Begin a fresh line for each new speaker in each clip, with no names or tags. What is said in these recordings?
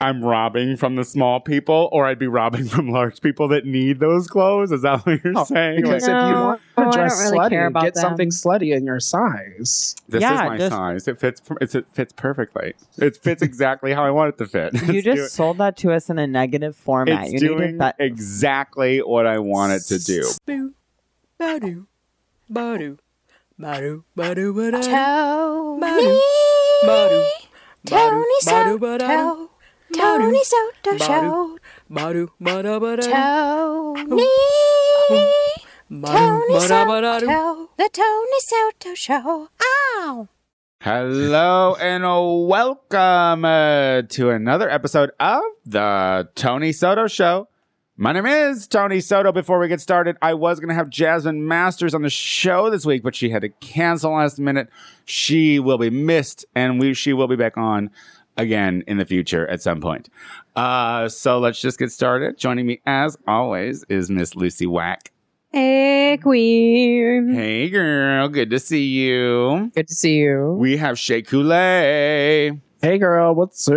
I'm robbing from the small people, or I'd be robbing from large people that need those clothes. Is that what you're
No,
saying? Like,
Because if you
No, Oh,
want to
I don't
dress
really care
slutty,
about
get
them.
something slutty in your size.
this
Yeah,
is my
just-
size. It fits. It fits perfectly. It fits exactly how I want it to fit.
You
It's
just
do-
sold that to us in a negative format.
it's
you
doing
needed that.
exactly what I want it to do.
Boo, badu, badu, badu, badu, badu,
Tony,
badu,
Tony
badu,
Soto, Tony Soto Show,
Badu. badu, badu, badu,
Tony, Tony
badu, badu, badu.
Soto, the Tony Soto Show. Ow!
Hello and welcome uh, to another episode of the Tony Soto Show. My name is Tony Soto. Before we get started, I was going to have Jasmine Masters on the show this week, but she had to cancel last minute. She will be missed, and we she will be back on again in the future at some point. Uh, so let's just get started. Joining me, as always, is Miss Lucy Wack.
Hey, Queen.
Hey, girl, good to see you.
Good to see you.
We have Shea Coulee.
Hey, girl, what's up?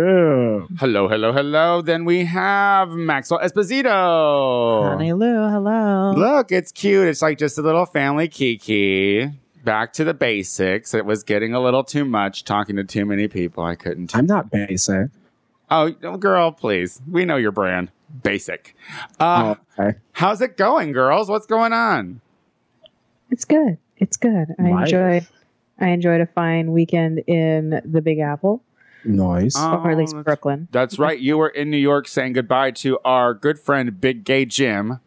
Hello, hello, hello. Then we have Maxwell Esposito.
Honey Lou, hello.
Look, it's cute. It's like just a little family kiki. Back to the basics. It was getting a little too much talking to too many people. I couldn't.
I'm not basic.
oh, oh, girl, please. We know your brand. Basic. Uh,
Oh, okay.
How's it going, girls? What's going on?
It's good. It's good. I
Life.
enjoyed. I enjoyed a fine weekend in the Big Apple,
Noise.
Uh,
or at least
that's-
Brooklyn.
That's right. You were in New York saying goodbye to our good friend, Big Gay Jim,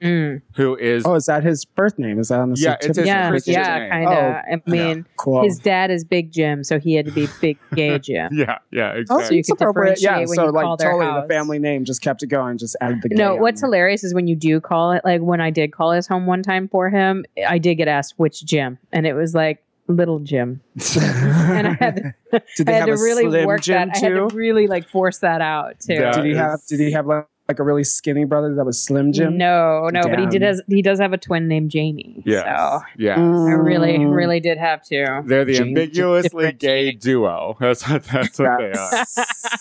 Mm.
who is.
oh, is that his birth name? Is that on the
Yeah, it's his
certificate?
Yeah,
Christian
Oh, yeah,
name.
kind of. I mean,
Cool.
his dad is Big Jim, so he had to be Big Gay Jim.
Yeah, yeah, exactly.
Oh,
So you
it's
could
appropriate.
differentiate when
so
you
like
call their
totally
house.
the family name just kept it going, just added the
No,
gay
what's
on
hilarious is when you do call it. Like when I did call his home one time for him, I did get asked which Jim, and it was like Little Jim,
there.
and I had,
Did
I
they
had
have
to
a
really
slim
work
Jim
that. I
too?
had to really like force that out too.
Yeah.
did he have? Did he have like, like a really skinny brother that was Slim Jim?
No, no, but he did
Damn.
has he does have a twin named Jamie.
yeah.
So
Yeah.
I really, really did have to.
They're the
Jane-
ambiguously gay duo. That's what that's what they are.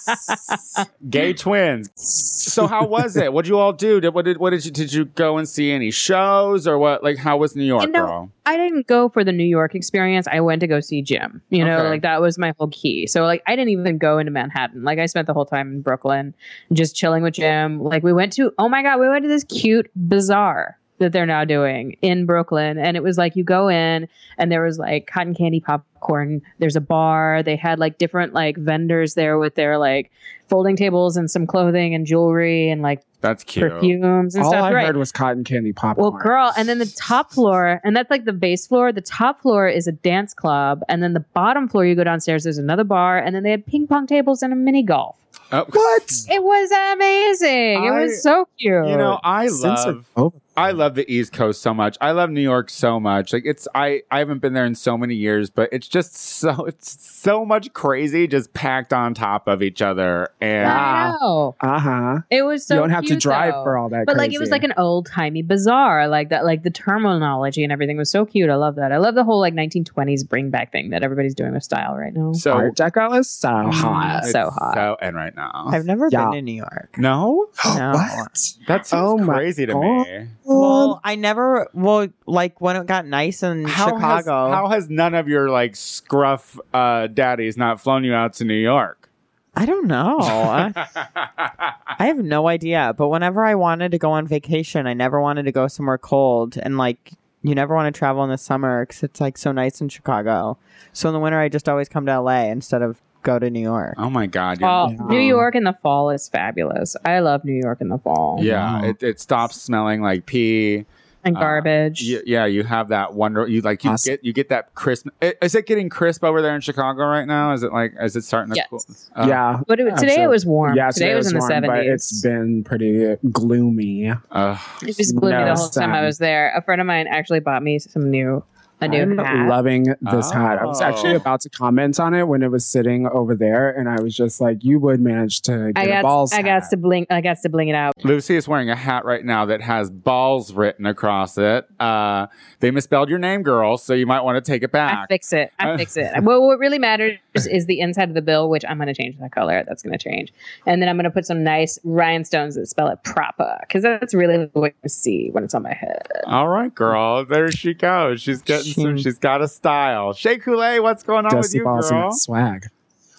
Gay twins. So how was it? What did you all do? Did what did what did you did you go and see any shows or what? Like how was New York,
You know,
girl?
I didn't go for the New York experience. I went to go see Jim. You know,
Okay.
like that was my whole key. So like I didn't even go into Manhattan. Like I spent the whole time in Brooklyn just chilling with Jim. Like we went to oh my god, we went to this cute bazaar that they're now doing in Brooklyn and it was like you go in and there was like cotton candy popcorn, there's a bar, they had like different like vendors there with their like folding tables and some clothing and jewelry and like
That's cute.
perfumes and
All
stuff
I
right.
heard was cotton candy
Well,
popcorn.
girl, and then the top floor, and that's like the base floor. The top floor is a dance club, and then the bottom floor, you go downstairs, there's another bar, and then they had ping pong tables and a mini golf.
Oh,
What?
It was amazing. it
I-
was so cute.
You know, I
Since
love
Oh,
I love the East Coast so much. I love New York so much. Like it's I I haven't been there in so many years, but it's just so it's so much crazy just packed on top of each other. And
I
Ah.
know.
Uh huh.
It was so.
you don't have to
cute,
drive
though.
for all that.
But like it was like an old timey bazaar, like that, like the terminology and everything was so cute. I love that. I love the whole like 1920s bring back thing that everybody's doing with style right now.
so Mm-hmm.
Art Deco is so hot.
it's
so hot.
So and right now.
I've never
Yeah.
been to New York.
no?
No.
What?
That seems
Oh my
crazy to
God.
me.
Well, I never. Well, like when it got nice in
Has,
Chicago.
how has none of your like scruff uh, daddies not flown you out to New York?
I don't know. I I have no idea. But whenever I wanted to go on vacation, I never wanted to go somewhere cold. And like, you never want to travel in the summer because it's like so nice in Chicago. So in the winter, I just always come to LA instead of go to New York.
oh my god! Yeah,
Fall, New York in the fall is fabulous. I love New York in the fall
yeah it, it stops smelling like pee.
and
Uh,
garbage.
Y- yeah, you have that wonder. You like you
Awesome.
get you get that crisp. i- Is it getting crisp over there in Chicago right now? Is it like is it starting to
Yes.
cool?
yeah.
But it,
Yeah,
today
so-
it was warm.
Yeah,
today, it was, in the
warm, but It's
seventies.
been pretty gloomy.
Uh,
It was gloomy
No
the whole time
sun.
I was there. A friend of mine actually bought me some new a new
I'm
hat.
loving this hat. I was actually
Oh.
about to comment on it when it was sitting over there, and I was just like, "You would manage to get
I
a
got
balls."
I got
hat.
to bling I got to bling it out.
Lucy is wearing a hat right now that has balls written across it. Uh, they misspelled your name, girl, so you might want to take it
I
back.
fix it. I
Uh,
fix it. Well, what really matters is the inside of the bill, which I'm going to change the color. That's going to change. And then I'm going to put some nice rhinestones that spell it proper because that's really what you see when it's on my head.
All right, girl. There she goes. She's getting some. She's got a style. Shay Coulee, what's going on with
Dusty
you,
balls and
girl?
that swag.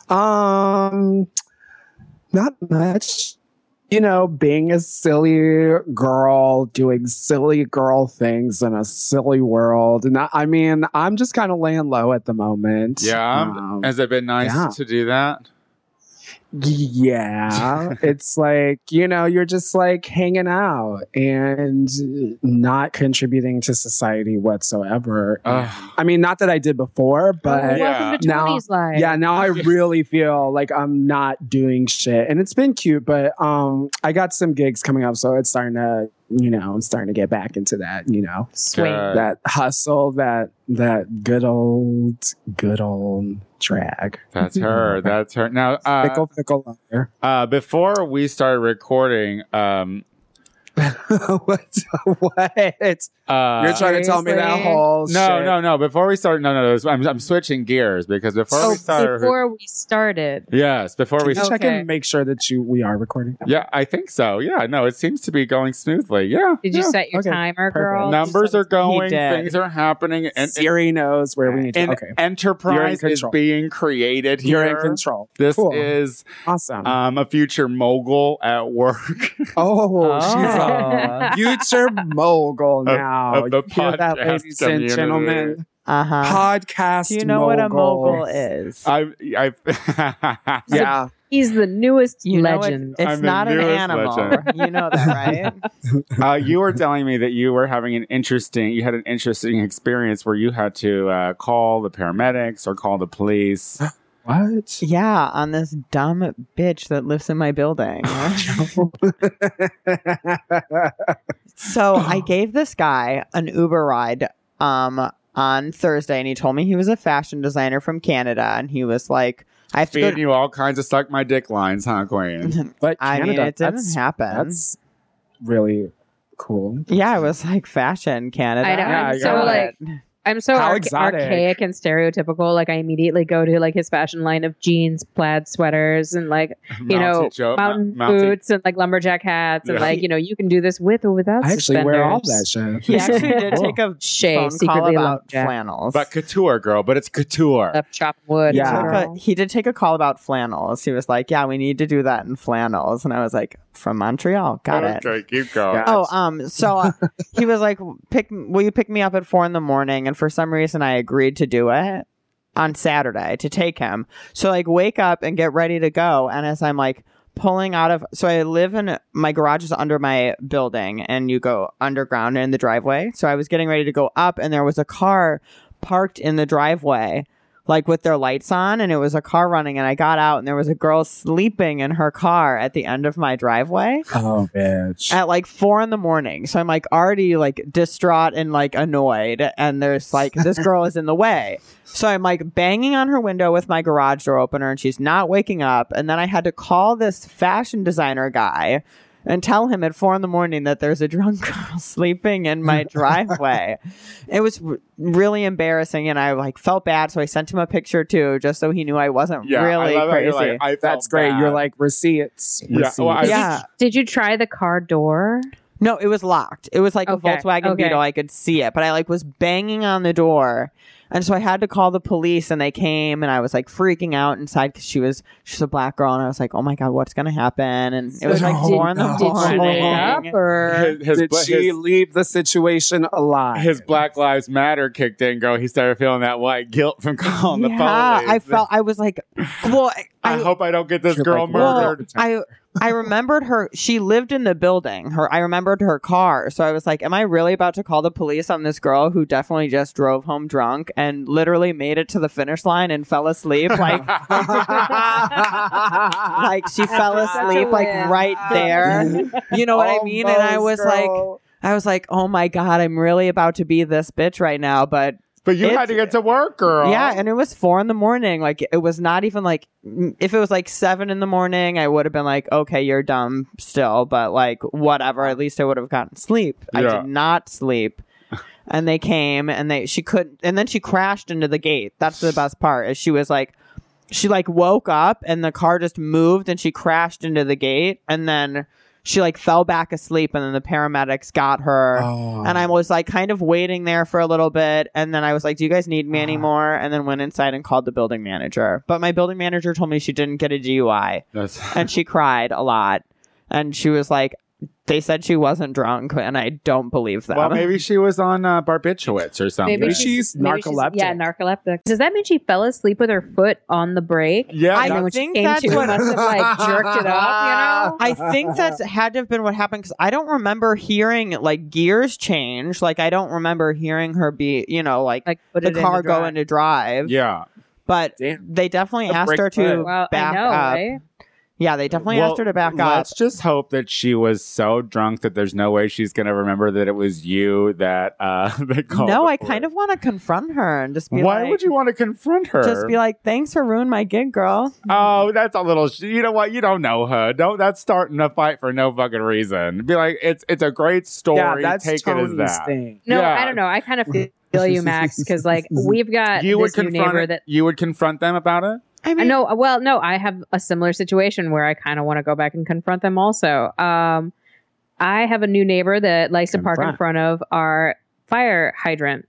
Um, not much. You know, being a silly girl, doing silly girl things in a silly world, and I, I mean, I'm just kind of laying low at the moment.
Yeah.
Um,
Has it been nice
Yeah.
to do that?
Yeah. it's like, you know, you're just like hanging out and not contributing to society whatsoever.
Ugh.
I mean, not that I did before, but
yeah.
Welcome to
Now-
Tony's life.
yeah, now I really feel like I'm not doing shit. And it's been cute, but um I got some gigs coming up, so it's starting to, you know, I'm starting to get back into that, you know.
Swing.
Good.
That hustle, that that good old good old drag.
That's her. That's her. Now, uh,
Fickle fickle lover.
uh, before we started recording, um,
what? what?
uh,
You're trying to tell me that
Seriously?
whole
no,
shit.
no, no. Before we start, no, no, no. I'm, I'm switching gears because before
So
we started,
Oh, before we started,
yes, before we
Can you check
Okay.
and make sure that you we are recording?
Yeah, I think so. Yeah, no, it seems to be going smoothly. Yeah.
did you
yeah.
set your
okay,
timer,
perfect.
girl?
Numbers are going,
did.
things are happening, and, and,
Siri knows where we need to.
and
okay,
enterprise is
control.
being created here.
you're in control.
This
Cool.
is
Awesome.
um, a future mogul at work.
oh, she's
Oh.
a future mogul now.
of the
You hear that,
podcast
ladies
community.
and gentlemen?
uh-huh.
Podcast.
Do you know what a mogul is?
I, I,
Yeah,
He's the newest
You know
legend.
It's,
I'm
it's
the
not an
newest
animal.
legend.
You know that, right?
uh, you were telling me that you were having an interesting, you had an interesting experience where you had to uh, call the paramedics or call the police.
what?
yeah, on this dumb bitch that lives in my building. so I gave this guy an Uber ride um on Thursday and he told me he was a fashion designer from Canada and he was like I have to go
Feeding
to-
you all kinds of suck my dick lines, huh, Queen?
but Canada,
I mean it didn't
that's,
happen.
that's really cool.
yeah, I was like fashion Canada.
I know.
Yeah,
I'm
I
so
got
like I'm so
How
arch-
exotic.
archaic and stereotypical. Like I immediately go to like his fashion line of jeans, plaid sweaters, and like You know,
Joe,
mountain boots and like lumberjack hats and
Yeah.
like you know you can do this with or without.
I actually wear all that shit.
suspenders.
he actually did take a
Shay
phone call
secretly
about
lumberjack.
flannels.
But couture, girl. But it's couture.
Up chop wood.
Yeah.
Took a-
girl.
he did take a call about flannels. He was like, "Yeah, we need to do that in flannels," and I was like, "From Montreal, got it."
Okay, keep going.
Yeah.
Oh, um, so uh, he was like, "Pick, will you pick me up at four in the morning?" And for some reason, I agreed to do it on Saturday to take him. So like, wake up and get ready to go. And as I'm like pulling out of, so I live in my garage is under my building, and you go underground in the driveway. So I was getting ready to go up, and there was a car parked in the driveway. Like with their lights on, and it was a car running, and I got out, and there was a girl sleeping in her car at the end of my driveway
Oh, bitch.
at like four in the morning. So I'm like already like distraught and like annoyed. And there's like, this girl is in the way. So I'm like banging on her window with my garage door opener and she's not waking up. And then I had to call this fashion designer guy and tell him at four in the morning that there's a drunk girl sleeping in my driveway. it was r- really embarrassing. And I like felt bad. So I sent him a picture too, just so he knew I wasn't
Yeah,
really
I love how
crazy.
you're like, I felt
That's great. You're
bad.
like receipts.
Yeah, well, I-
receipts.
yeah.
Did you try the car door?
No, it was locked. It was like a
Okay,
Volkswagen
okay.
Beetle. I could see it, but I like was banging on the door, and so I had to call the police, and they came, and I was like freaking out inside because she was she's a black girl, and I was like, oh my god, what's gonna happen? And it was
So
like
did-
four in the
did
Did she wake up
morning.
or?
His, his,
Did
his,
she leave the situation alive?
his Black Lives Matter kicked in, girl. He started feeling that white guilt from calling the
yeah,
police.
I felt I was like, well, I,
I, hope I don't get this
You're
girl
like,
well,
murdered.
I I remembered her. She lived in the building. Her I remembered her car. So I was like, "Am I really about to call the police on this girl who definitely just drove home drunk and literally made it to the finish line and fell asleep? Like, like she fell asleep like right there. You know what I mean? And I was like, I was like, "Oh my god, I'm really about to be this bitch right now." But
But you had
It's-
to get to work, girl.
Yeah, and it was four in the morning. Like it was not even like m- if it was like seven in the morning, I would have been like, okay, you're dumb still, but like whatever. At least I would have gotten sleep. I
Yeah.
did not sleep. And they came and they she couldn't and then she crashed into the gate. That's the best part. Is she was like she like woke up and the car just moved and she crashed into the gate and then she like fell back asleep and then the paramedics got her
Oh.
and I
Um,
was like kind of waiting there for a little bit. And then I was like, Do you guys need
Uh-huh.
me anymore? And then went inside and called the building manager. But my building manager told me she didn't get a DUI
That's-
and she cried a lot. And she was like, They said she wasn't drunk. And I don't believe them.
well, maybe she was on uh, barbiturates or something.
Maybe
she's narcoleptic.
yeah, narcoleptic. Does that mean she fell asleep with her foot on the brake?
yeah,
I
and then when
think
she came
that's
to,
what-
must have like jerked it off, you know?
I think that's had to have been what happened because I don't remember hearing like gears change. Like, I don't remember hearing her be, you know, like,
Like put
the
it in
car
drive.
go into drive.
yeah.
But
Damn.
they definitely
The
asked
brake
her to
foot.
Well,
back
I know,
up.
right?
Yeah, they definitely
Well,
asked her to back up.
Let's just hope that she was so drunk that there's no way she's gonna remember that it was you that uh they called.
No,
the
I kind
police.
of want to confront her and just be
Why
like,
would you want to confront her?
just be like, thanks for ruining my gig, girl.
Oh, that's a little. Sh- you know what? You don't know her. Don't. That's starting a fight for no fucking reason. Be like, it's it's a great story.
yeah, that's
Take
Tony's
it as that.
thing.
No,
Yeah.
I don't know. I kind of feel you, Max, because like we've got
You would
this new
confront.
neighbor
it-
that
you would confront them about it.
I
I
mean,
know. Well, no, I have a similar situation where I kind of want to go back and confront them. Also, um, I have a new neighbor that likes to park in
Confront.
front of our fire hydrant,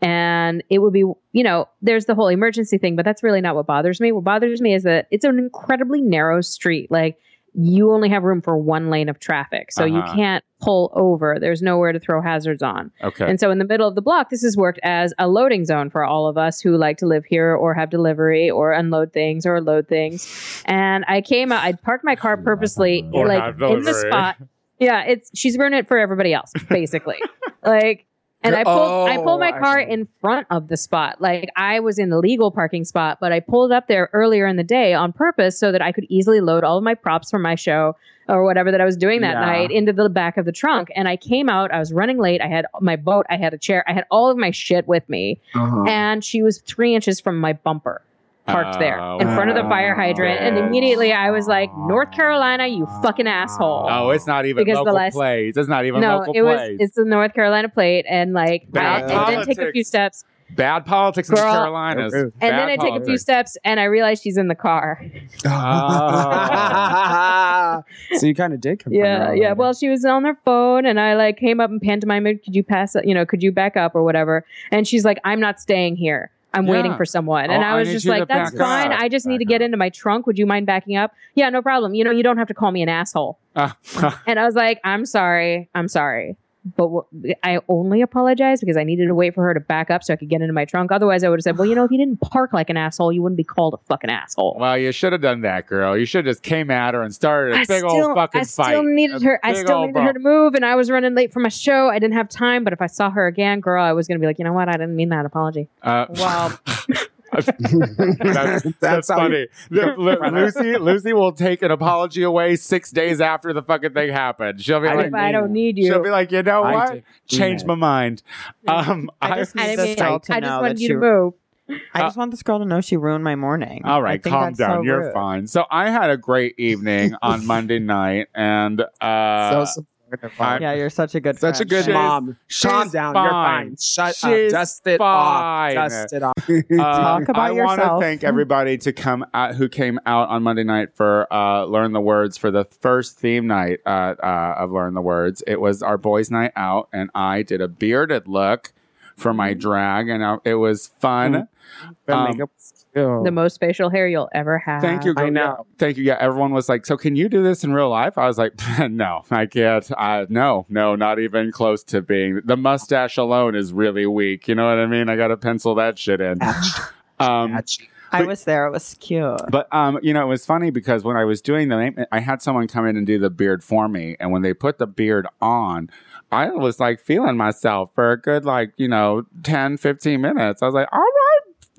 and it would be, you know, there's the whole emergency thing, but that's really not what bothers me. What bothers me is that it's an incredibly narrow street. Like you only have room for one lane of traffic, so you
Uh-huh.
can't pull over. There's nowhere to throw hazards on.
Okay.
And so in the middle of the block, this has worked as a loading zone for all of us who like to live here or have delivery or unload things or load things. And I came out, I'd parked my car purposely
Or
like
have
in the
delivery.
spot. Yeah, it's she's ruined it for everybody else, basically. like and I pulled I pulled my
Oh, I
car
see.
in front of the spot. Like I was in the legal parking spot, but I pulled up there earlier in the day on purpose so that I could easily load all of my props for my show or whatever that I was doing that
Yeah.
night into the back of the trunk. And I came out, I was running late, I had my boat, I had a chair, I had all of my shit with me.
Uh-huh.
And she was three inches from my bumper parked there
Oh,
in front of the fire
wow.
hydrant. And immediately I was like, North Carolina, you fucking asshole.
Oh, it's not even
Because the
local
last-
plays. It's not even
no,
local
it was
plays.
it's the North Carolina plate, and like I,
Bad
and then take a few
politics.
steps,
Bad politics in the
Girl.
Carolinas.
And
and
Bad
then I take a few
politics.
steps, and I realize she's in the car.
Oh.
so you kind of did confront her
yeah,
on
yeah.
it.
Well, she was on her phone, and I like came up and pantomimed, "Could you pass? You know, could you back up or whatever?" And she's like, "I'm not staying here. I'm
Yeah.
waiting for someone." And
Oh,
I
I
was
need
just
you to
like, "That's
back
fine.
up.
I just need to
Back
get
up."
into my trunk. Would you mind backing up?" Yeah, no problem. You know, you don't have to call me an asshole.
Ah,
And I was like, "I'm sorry. I'm sorry." But w- I only apologize because I needed to wait for her to back up so I could get into my trunk. Otherwise, I would have said, "Well, you know, if you didn't park like an asshole, you wouldn't be called a fucking asshole."
well, you should have done that, girl. You should have just came at her and started a
I
big
still-
old fucking
I still
fight.
needed
A
her. I
big
still
old
needed
bump.
her to move, and I was running late for my show. I didn't have time, but if I saw her again, girl, I was gonna be like, you know what? I didn't mean that. Apology.
Uh,
Well-
that's, that's,
That's how
funny. Lu- Lu- Lucy, Lucy will take an apology away six days after the fucking thing happened. She'll be
I
What
like,
if
didn't
I
mean
don't
that.
need
she'll be
you?
like, you know
I
what?
did do
Change
that.
my mind. Um,
I
I,
just need
I
this
didn't mean.
girl to
I
know
just
that
wanted you
she-
to move.
I just want this girl to know she ruined my morning.
Uh, all
I
right,
think
calm
that's so
down. You're
rude.
fine. So I had a great evening on Monday night, and uh,
so supportive.
I-
Yeah, you're such a good
Such a
friend.
good
Thanks.
mom.
Calm
she's
down. You're
fine.
fine. Shut
She's
up. Dust it
fine.
off. Dust it off.
Uh,
Talk about
I want to
yourself.
thank everybody to come out who came out on Monday night for uh, learn the words for the first theme night uh, uh, of learn the words. It was our boys' night out, and I did a bearded look for my
Mm-hmm.
drag, and uh, it was fun.
Mm. The
Um,
makeup was cute.
The most facial hair you'll ever have.
Thank you.
I
girl.
know.
Yeah, thank you. Yeah, everyone was like, "So can you do this in real life?" I was like, "No, I can't. I no, no, not even close to being. The mustache alone is really weak. You know what I mean? I got to pencil that shit in."
Patch,
Um,
patch.
I
But-
was there. It was cute.
But um, you know, it was funny because when I was doing the name, I had someone come in and do the beard for me, and when they put the beard on, I was like feeling myself for a good like you know 10, 15 minutes. I was like, all right,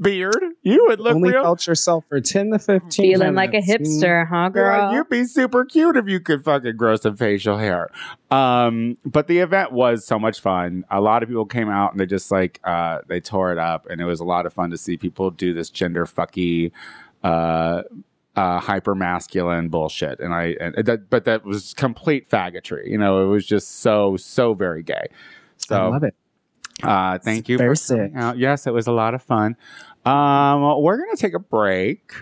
beard, you would look
Only
real.
felt yourself for 10 to 15
Feeling like a
minutes. Mm,
hipster, huh,
God,
girl?
you'd be super cute if you could fucking grow some facial hair. Um, but the event was so much fun. A lot of people came out and they just like uh, they tore it up, and it was a lot of fun to see people do this gender fucky, uh, uh, hyper masculine bullshit. And I, and that, but that was complete faggotry. You know, it was just so so very gay. So
I love it.
uh, thank you for
Very
coming
sick.
out. Yes, it was a lot of fun. Um, we're going to take a break.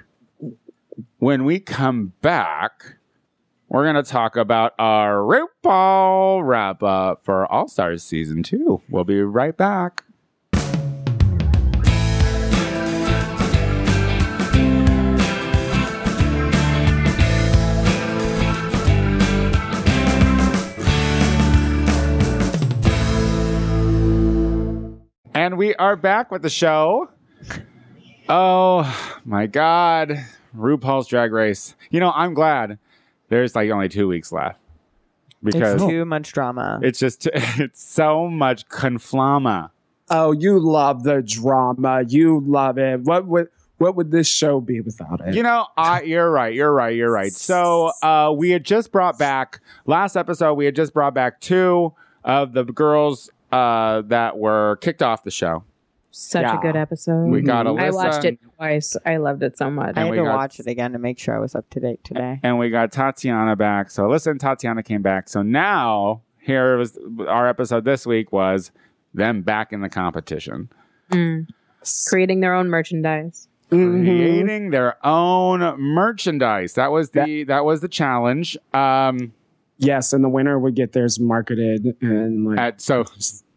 When we come back, we're going to talk about our RuPaul wrap up for All Stars season two. We'll be right back. And we are back with the show. Oh my God. RuPaul's Drag Race. You know, I'm glad there's like only two weeks left because
it's too much drama.
it's just, it's so much conflama.
Oh, you love the drama. You love it. What would what would this show be without it?
You know, I, you're right. You're right. You're right. So uh, we had just brought back last episode. We had just brought back two of the girls uh, that were kicked off the show.
Such
Yeah.
a good episode.
We got Alyssa.
Mm-hmm. I watched it twice. I loved it so much.
and
I had
we
to
got-
watch it again to make sure I was up to date today.
and we got Tatiana back. So listen, Tatiana came back. So now here was our episode this week was them back in the competition,
Mm. Creating their own merchandise.
Mhm.
creating their own merchandise. That was the that was the challenge. Um,
Yes, and the winner would get theirs marketed and like
at, so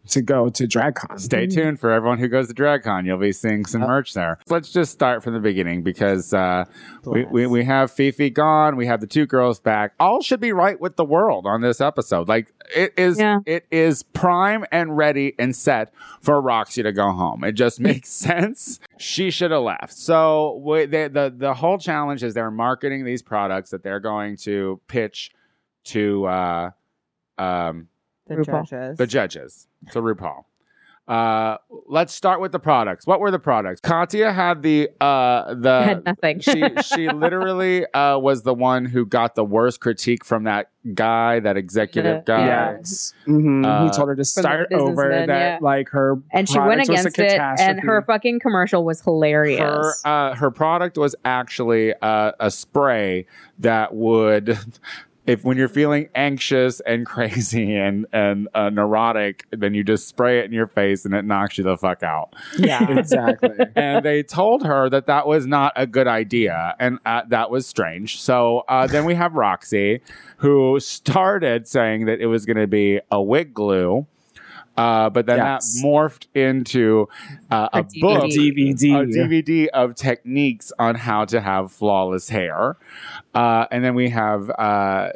to go to DragCon.
Stay tuned for everyone who goes to DragCon. You'll be seeing some merch there. Let's just start from the beginning because uh, we, we, we have Fifi gone. We have the two girls back. All should be right with the world on this episode. Like it is,
Yeah.
it is prime and ready and set for Roxy to go home. It just makes sense. She should have left. So we, they, the the whole challenge is they're marketing these products that they're going to pitch to. Uh, um,
The
RuPaul.
judges.
the judges. So RuPaul. Uh, let's start with the products. What were the products? Katya had the uh
I had
the
nothing.
she she literally uh was the one who got the worst critique from that guy, that executive
Yeah.
guy.
Yes. Mhm.
Uh,
he told her to
the
start
businessman,
over that
yeah.
like her
and she went
products was a
against it, and her
catastrophe.
fucking commercial was hilarious.
Her uh, her product was actually uh, a spray that would, if when you're feeling anxious and crazy and and uh, neurotic, then you just spray it in your face and it knocks you the fuck out.
yeah.
exactly.
and they told her that that was not a good idea and uh, that was strange so uh, then we have roxy who started saying that it was going to be a wig glue uh, but then
Yes.
that morphed into uh, a,
A
book
DVD.
a
DVD.
DVD of techniques on how to have flawless hair, uh, and then we have uh,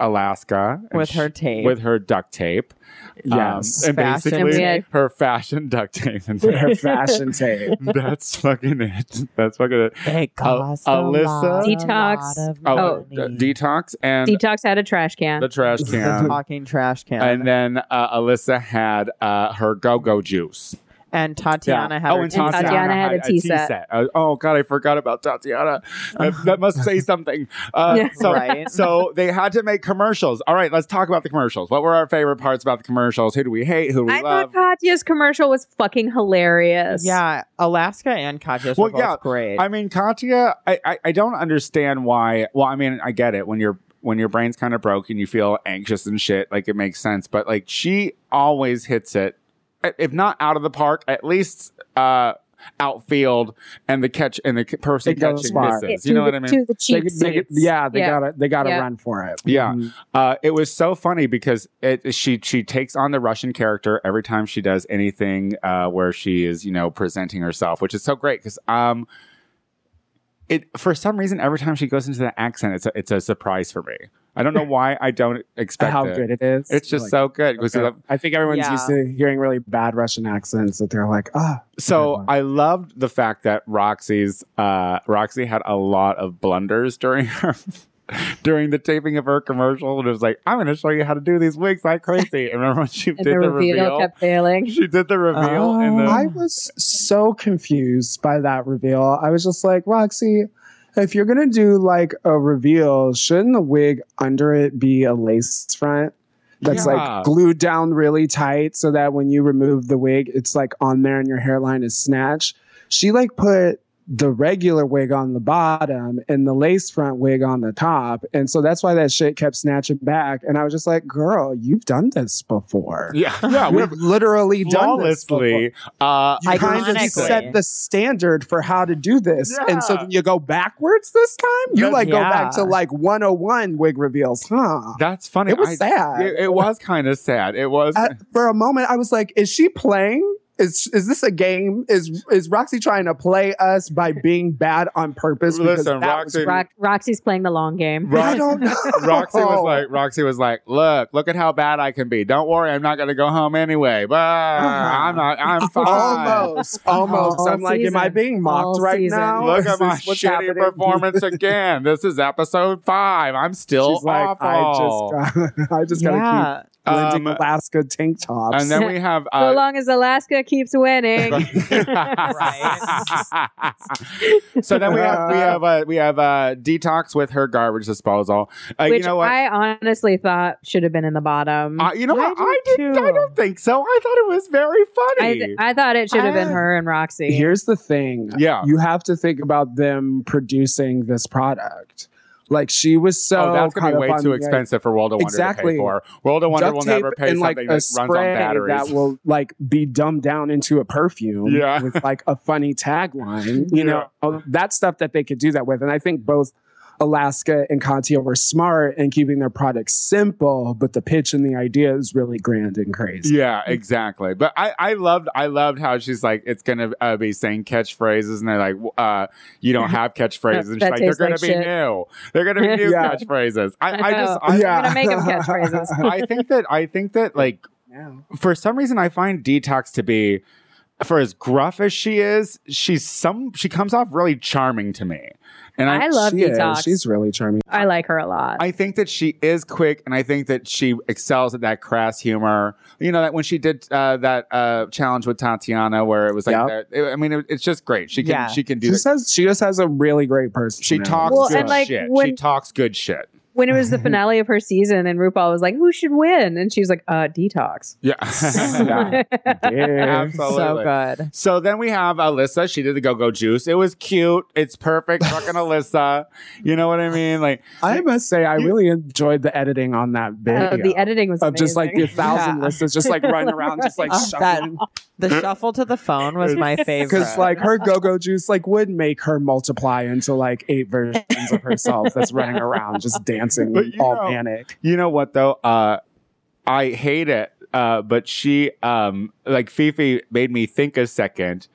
Alaska and
With
sh-
her tape.
with her duct tape, Um,
Yes.
and
Fashion
basically
tape.
her fashion duct tape and
her fashion tape.
that's fucking it. That's fucking it.
It costs a
Alyssa-
lot, a
Detox.
lot of
Oh,
money.
d- detox and
Detox had a trash can.
the trash
The
can.
talking trash can.
and then uh, Alyssa had uh, her go go juice.
And Tatiana had her
Oh, and
tea set.
Tatiana had a tea set.
Uh, oh, God, I forgot about Tatiana. That, that must say something. Uh,
Yeah.
so,
Right.
so they had to make commercials. All right, let's talk about the commercials. What were our favorite parts about the commercials? Who do we hate? Who do we
I
love?
thought Katya's commercial was fucking hilarious.
Yeah, Alaska and Katya's
Well,
were both
yeah,
great.
I mean, Katya, I, I, I don't understand why. Well, I mean, I get it when you when your brain's kind of broke and you feel anxious and shit, like it makes sense. But like she always hits it, i- if not out of the park, at least uh outfield and the catch and the c- person
It goes
catching
far.
misses. You know what I mean?
To
They,
the cheap
they, yeah, they
Yeah.
gotta they gotta
Yeah.
run for it.
Yeah.
Mhm.
Uh, it was so funny because it, she she takes on the Russian character every time she does anything uh, where she is you know presenting herself, which is so great because um, it for some reason every time she goes into that accent, it's a, it's a surprise for me. I don't know why I don't expect
How
it.
good it is.
It's just
Like,
so good. 'cause
okay.
of-
I think everyone's
Yeah.
used to hearing really bad Russian accents that they're like, ah,
So
one.
I loved the fact that Roxy's uh, Roxy had a lot of blunders during her during the taping of her commercial and it was like, I'm gonna show you how to do these wigs like crazy. And remember when she
And
did
the
the
reveal,
reveal?
kept failing.
She did the reveal and
Oh.
then
I was so confused by that reveal. I was just like, Roxy, if you're gonna do like a reveal, shouldn't the wig under it be a lace front that's
Yeah.
like glued down really tight so that when you remove the wig, it's like on there and your hairline is snatched? She like put the regular wig on the bottom and the lace front wig on the top. And so that's why that shit kept snatching back. And I was just like, girl, you've done this before.
Yeah, yeah,
We've
we've
literally done this before
flawlessly uh
you kind of
Iconically.
set the standard for how to do this. And so
Yeah.
then you go backwards this time. You
That's-
like go back to
Yeah.
like 101 wig reveals, huh?
that's funny.
It was
I-
sad. Uh,
It, it was kind of sad. It was.
I- for a moment, I was like, is she playing? Is, is this a game? Is is Roxy trying to play us by being bad on purpose? Because
Listen,
that was-
Roxy-
Rox- Roxy's playing the long game.
Rox-
I don't know.
Roxy
oh.
was like, Roxy was like, look, look at how bad I can be. Don't worry, I'm not gonna go home anyway. But
Uh-huh.
I'm not. I'm fine.
almost, almost.
All
I'm like, am I
season.
being mocked
All
right
season.
now?
Look
Is
at my
this what's
shitty
happening?
performance again. This is episode five. I'm still
She's like,
awful.
I just, I just gotta keep
yeah.
blending
Um,
Alaska tank tops.
and then we have
so
uh,
long as Alaska keeps winning.
Right. so then we have we have uh, we have uh, detox with her garbage disposal. Uh,
which
you know what?
I honestly thought should have been in the bottom.
Uh, you know
I
what?
do
I did. I
too.
don't think so. I thought it was very
I,
funny.
th- I thought it should have been
I-
her and Roxy.
Here's the thing.
yeah.
You have to think about them producing this product. Like she was so
oh, that's gonna
caught
be
up
way
on
too
the
expensive for World of Wonder to pay
Exactly.
for. World of Wonder
duct
will never
tape
pay
and,
something
like, a
that runs on
spray
batteries.
that will like be dumbed down into a perfume
Yeah.
with like a funny tagline. You
Yeah.
know, that stuff that they could do that with. And I think both Alaska and Katya were smart in keeping their products simple, but the pitch and the idea is really grand and crazy.
Yeah, exactly. But I, I loved, I loved how she's like, it's gonna uh, be saying catchphrases, and they're like, w- uh, you don't have catchphrases, and she's
That
like, they're
tastes
gonna
like
be
shit.
new, they're gonna be new
Yeah.
catchphrases. I, I
know.
just, I,
Yeah.
I'm "Oh, gonna make him catchphrases.
I think that, I think that, like,
Now.
for some reason, I find detox to be, for as gruff as she is, she's some, she comes off really charming to me, and I,
I love
She is.
detox.
She's really charming.
I like her a lot.
I think that she is quick, and I think that she excels at that crass humor. You know that when she did uh, that uh, challenge with Tatiana, where it was like,
Yep.
that- I mean, it, it's just great. She can
Yeah.
she can do.
She
That.
just has she just has a really great person.
She talks
Well,
good
and, like,
shit. she
when-
talks good shit.
when it was the finale of her season, and RuPaul was like, "Who should win?" and she's like, "Uh, detox."
Yeah.
Yeah.
Absolutely.
So good.
So then we have Alyssa. She did the go-go juice. It was cute. It's perfect. Fucking Alyssa. You know what I mean? Like
I must say, I really enjoyed the editing on that
Oh,
video.
Uh, the editing was
of just like the
amazing.
thousand
Yeah.
listeners just like running around, just like
Oh, that-
shuffling.
The shuffle to the phone was my favorite.
Because like her go-go juice like would make her multiply into like eight versions of herself that's running around just dancing
But you
all
know-
panic.
You know what though? Uh, I hate it. Uh, but she, um, like Fifi, made me think a second.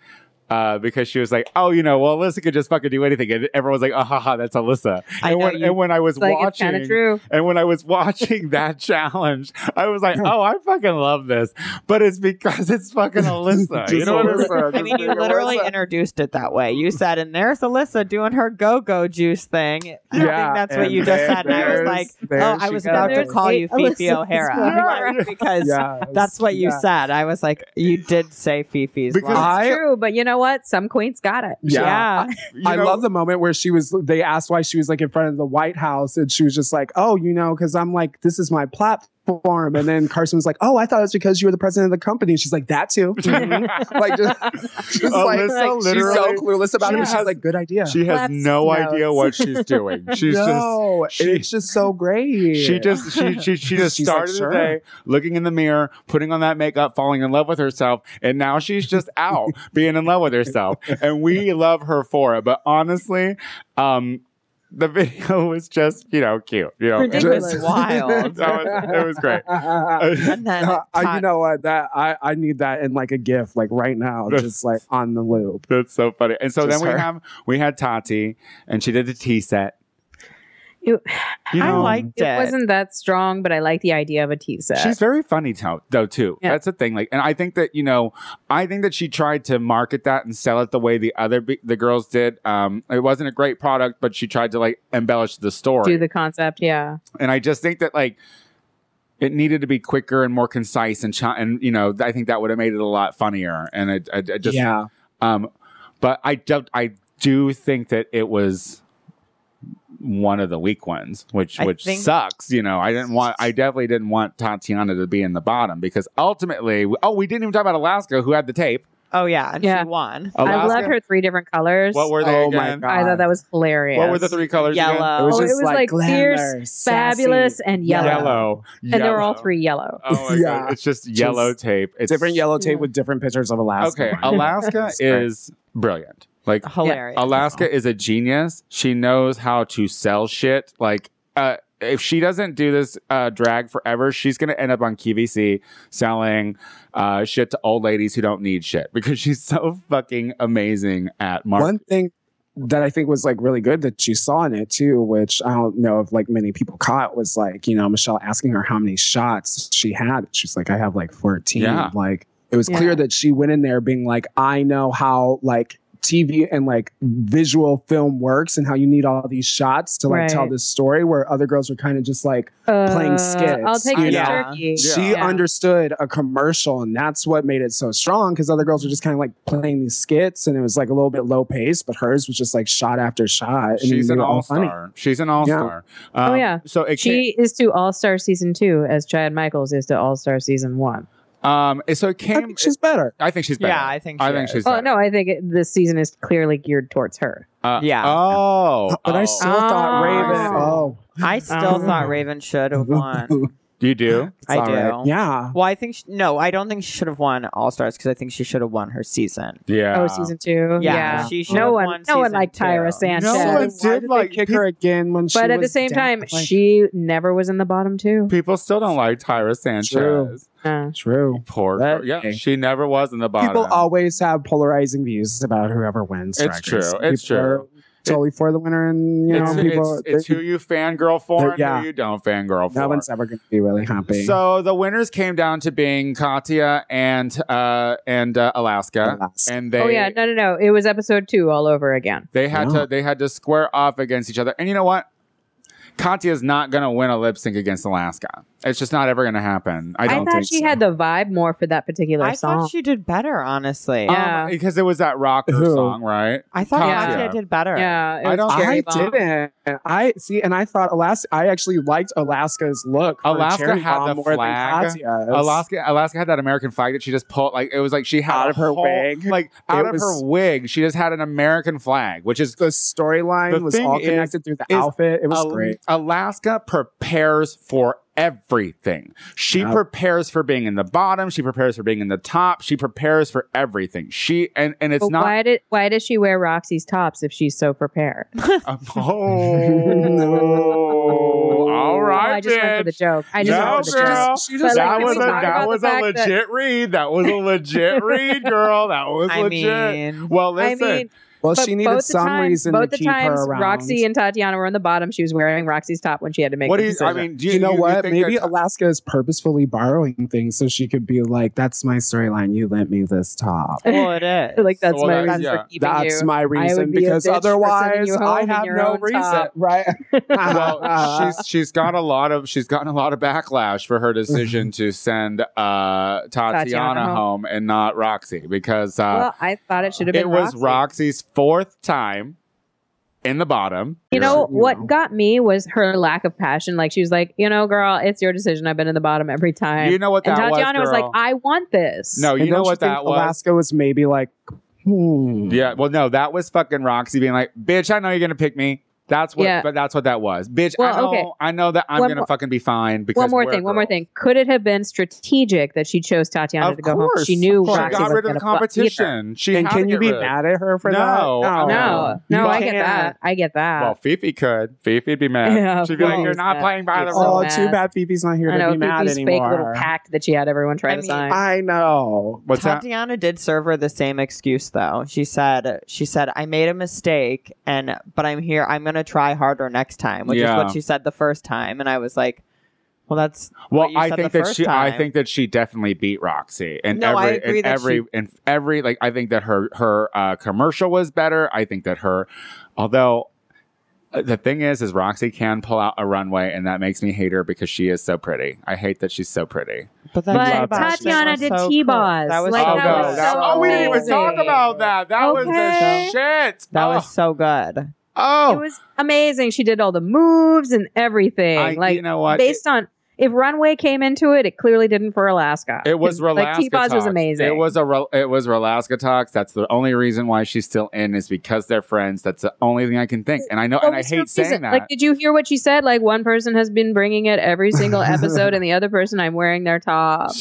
Uh, because she was like, "Oh, you know, well, Alyssa could just fucking do anything," and everyone's like, "Oh, haha, that's Alyssa."
I
And
know
when,
you-
and when I was
It's like it's kind of
watching,
true.
and when I was watching that challenge, I was like, "Oh, I fucking love this," but it's because it's fucking Alyssa. you
Just
know what I mean?
Alyssa,
I
just
mean, you
being
literally
Alyssa.
introduced it that way. You said, and there's Alyssa doing her go go juice thing. I think that's what
and
you just
there-
said. And I was
there's-
like,
there
oh, I
she
was about to
goes.
There's
call
eight
you Fifi
Alyssas
O'Hara
everywhere.
because
Yes,
that's what you
yes.
said. I was like, you did say Fifi's.
Because-
last.
I-
It's true, but you know what? Some queens got it.
Yeah.
yeah.
You
I
know-
love the moment where she was. They asked why she was like in front of the White House, and she was just like, "Oh, you know, because I'm like, this is my platform." And then Carson was like, "Oh, I thought it was because you were the president of the company." She's like, "That too." like, just, she's like,
Alyssa
like, she's
she's so
literally,
clueless about
she
it. But
has-
she's like, "Good idea."
she has
Claps
no
notes.
idea what she's doing. She's just
no,
she-
it's just so great.
She just she she, she just
She's like,
started
"Sure."
the day looking in the mirror, putting on that makeup, falling in love with herself, and now she's just out being in love with herself. And we love her for it. But honestly, um, the video was just you know cute. You know,
Ridiculous.
Ridiculous. Wild.
That was- it was great.
And then
Uh, I,
Todd-
you know what? That I, I need that in like a gift, like right now, just like on the loop.
That's so funny. And so
Just
then we
her.
have we had Tati, and she did the tea set. You
I
know,
liked
It
it.
wasn't that strong, but I like the idea of a tea set.
She's very funny to- though too.
Yeah.
That's the thing. Like, and I think that you know, I think that she tried to market that and sell it the way the other be- the girls did. Um, it wasn't a great product, but she tried to like embellish the story.
Do the concept, yeah.
and I just think that like it needed to be quicker and more concise and chi- and you know, I think that would have made it a lot funnier. And it, I, I just
yeah.
um, but I don't. I do think that it was one of the weak ones, which
I
which
think-
sucks. You know, I didn't want. I definitely didn't want Tatiana to be in the bottom because ultimately, oh, we didn't even talk about Alaska, who had the tape.
Oh yeah, and
Yeah.
she won.
I
Alaska-
love her three different colors.
What were they
Oh my
again?
God.
I thought that was hilarious.
What were the three colors? again?
Yellow.
It was
Oh,
just
it was like,
glamour,
fierce,
sassy.
fabulous, and yellow.
Yellow.
And they were all
Yellow.
three yellow.
Oh my
Yeah.
god! It's just yellow tape. It's
different yellow tape
Yeah.
with different pictures of Alaska.
Okay, Alaska is brilliant. Like
Oh, Hilarious.
Alaska is a genius. She knows how to sell shit. Like, uh, if she doesn't do this uh, drag forever, she's going to end up on QVC selling uh, shit to old ladies who don't need shit because she's so fucking amazing at marketing.
One thing that I think was like really good that you saw in it too, which I don't know if like many people caught, was like, you know, Michelle asking her how many shots she had. She's like, I have like 14.
Yeah.
Like it was clear
Yeah.
that she went in there being like, I know how like TV and like visual film works and how you need all these shots to like
Right.
tell this story where other girls were kind of just like Playing
Uh,
skits,
I'll take
you
this
know.
turkey.
she
Yeah.
understood a commercial and that's what made it so strong because other girls were just kind of like playing these skits and it was like a little bit low pace but hers was just like shot after shot and
She's
they
an
were all
all
funny.
star. She's an all star.
Oh, yeah.
So it can't-
She is to All Star Season 2 as Chad Michaels is to All Star Season 1.
um. So it
I
came.
think she's better
I think she's better.
Yeah, I think. She
I think
is.
she's.
Oh,
better.
no, I think it, this season is clearly geared towards her.
Uh,
Yeah.
Oh,
but I
oh.
still thought Raven
Oh.
oh
I still
Um,
thought Raven should have won.
you
Oh,
do.
It's
I
all
do.
right. yeah
Well, I think she, no, I don't think she should have won All Stars because I think she should have won her season.
Yeah.
oh, season 2.
Yeah,
Yeah.
she should
no
have
one,
won
no one
season
liked Tyra
two.
Sanchez.
No one
Why
did,
did
like,
they kick
peop-
her again when she
but at the
was
same
down?
time,
Like,
she never was in the bottom two.
People still don't like Tyra Sanchez.
True.
Uh,
true
Poor
That-
girl. Yeah, she never was in the bottom.
people always have polarizing views about whoever wins
It's
Drag Race.
true. It's
People are
true.
totally for the winner and you know
it's,
people
it's, it's who you fangirl for
they're-
and
yeah.
who you don't fangirl for.
no one's ever going to be really happy
so the winners came down to being Katya and uh, and uh, Alaska,
Alas.
and they
oh, yeah. No, no, no. It was episode 2 all over again.
they had
Yeah.
to they had to square off against each other. And you know what? Katya's not going to win a lip sync against Alaska. It's just not ever going to happen. I
I,
don't
thought
think
she
so.
had the vibe more for that particular
I
song. Uh,
thought she did better, honestly.
Um,
Yeah.
because it was that rocker
Who?
song, right?
I thought
Katya.
Katya did better.
yeah, it
I
was
don't-
Cherry
I
Bomb.
didn't. I see, and I thought Alaska. I actually liked Alaska's look. for
Alaska
Cherry
had
Bomb
the
more than
flag.
Katya's.
Alaska, Alaska had that American flag that she just pulled. Like it was like she had
Out
a
of her
whole-
wig.
like out
It
of
was-
her wig. She just had an American flag, which is
The
The
storyline was
thing
all
is-
connected through the
is
outfit. It was
Al-
great.
Alaska prepares for everything. She
Yep.
prepares for being in the bottom. She prepares for being in the top. She prepares for everything. She and and it's
But
not.
Oh, why did why does she wear Roxy's tops if she's so prepared?
oh, all
Oh,
right.
I just went for the
bitch.
joke. I just
No,
went for the
girl.
joke.
She just
But, like,
that
when
was a
we talk
that
about
was
the
a
fact
legit
that-
read. That was a legit read, girl. That was
I
legit.
mean,
well,
I
listen.
mean,
well,
but
she
both
needed
the
some
times,
reason to
both
keep
the times
her around.
Roxy and Tatiana were on the bottom. She was wearing Roxy's top when she had to make.
what
the
do you? I
decision.
mean, do
you, know
you
what?
think that
Maybe
Ty-
Alaska is purposefully borrowing things so she could be like, "That's my storyline. You lent me this top.
well, it is.
like that's
Well,
my
that-
reason
yeah.
for keeping
That's
you.
my reason."
be a
Because
bitch for sending
otherwise,
you home
I
in
have
your
no
own
reason,
top.
right?
well, she's she's got a lot of she's gotten a lot of backlash for her decision
Mm-hmm.
to send uh, Tatiana,
Tatiana
home.
home.
and not Roxy because uh,
well, I thought it should have been.
it was
Roxy.
Roxy's fourth time in the bottom.
You know
You
what
know.
got me was her lack of passion. Like she was like, you know, girl, it's your decision. I've been in the bottom every time.
You know what
and
that
Tatiana was,
was,
like,
girl.
I want this.
no, you
And
know
don't
what
think
that was.
Alaska was maybe like, hmm.
Yeah, well, no, that was fucking Roxy being like, "Bitch, I know you're gonna pick me." That's what,
Yeah.
but that's what that was, bitch. I
Well,
know,
okay.
I know that I'm
One
gonna
more-
fucking be fine. Because
one more
we're
thing. One more
girls.
thing. Could it have been strategic that she chose Tatiana
Of
to go home?
course,
She knew
she
course.
Roxy
got
was
rid of
gonna
the
fuck either.
competition. She
and
had to
can you
get
be
rid-
mad at her for
No,
that?
I
No, no,
You
I get
can't.
that. I get that.
Well, Fifi could. Fifi'd be mad.
Yeah,
She'd be
well,
like, "You're not
that-
playing by the
it's so
rules."
oh, too
mad.
bad Phoebe's not here
I
to
know
be mad
Fifi's fake little
anymore.
pact that she had everyone try
I
to
mean,
sign.
I know.
What's that?
Tatiana did serve her the same excuse though. She said she said I made a mistake and but I'm here I'm going to to try harder next time, which
Yeah.
is what she said the first time. And I was like, well, that's
Well,
what you
I
said
think
the
that
first
she, I
time.
think that she definitely beat Roxy, and
No, I
every,
agree
and
that
every,
she-
and every, like I think that her her uh, commercial was better. I think that her, although uh, the thing is, is Roxy can pull out a runway, and that makes me hate her because she is so pretty. I hate that she's so pretty.
But,
But
T-Boss was
Tatiana did
cool.
T-Boss.
That was
Like,
so
oh
that
no!
was
good.
that-
so
oh, we didn't even talk
amazing.
about that. That
Okay.
was the shit.
That
oh.
was so good.
oh.
It was amazing. She did all the moves and everything.
I-
like
you know what?
based on if runway came into it, it clearly didn't for Alaska.
It was Relaska
like T-Boz was
Talks.
amazing.
It was a Rel- it was Relaska Talks. That's the only reason why she's still in is because they're friends. That's the only thing I can think. And I know,
What
and I
was her
hate saying
reason?
that.
Like, did you hear what she said? Like, one person has been bringing it every single episode, and the other person, I'm wearing their top. um,